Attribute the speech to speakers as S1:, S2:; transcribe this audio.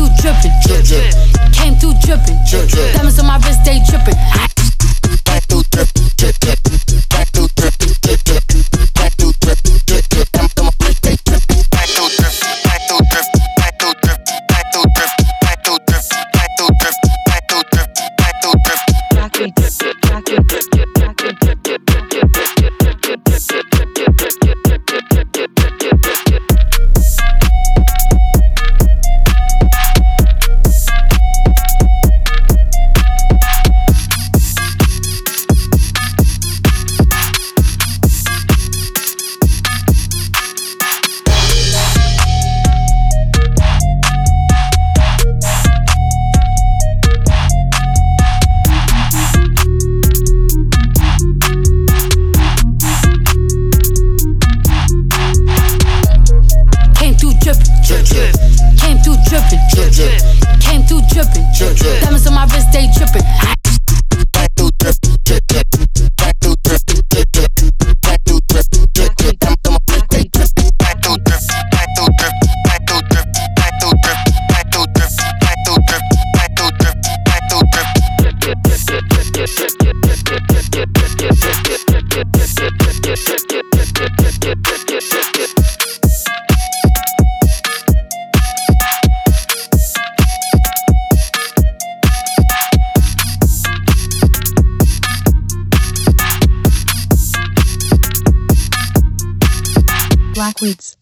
S1: drip, drip.
S2: Came through dripping,
S1: Drip, drip.
S2: Diamonds on my wrist, they dripping.
S1: Back through drip, drip, drip. Back through drip, drip, drip. Back through drip, drip, drip. Come to my birthday drip. Back through drip, back through drip, back through drip, back through drip, back through drip, back through drip, back through drip, back through drip.
S2: Came through dripping,
S1: Drip, drip,
S2: came through dripping,
S1: drip, drip.
S2: came through dripping,
S1: Drip, drip.
S2: Diamonds on my wrist, they dripping.
S1: Back through drip, drip, drip. Back through drip, drip, drip. Back through drip, drip, drip. Come to my birthday drip. Back through drip, back through drip, back through drip, back through drip, back through drip, back through drip, back through drip, back through drip.
S3: Blackweeds.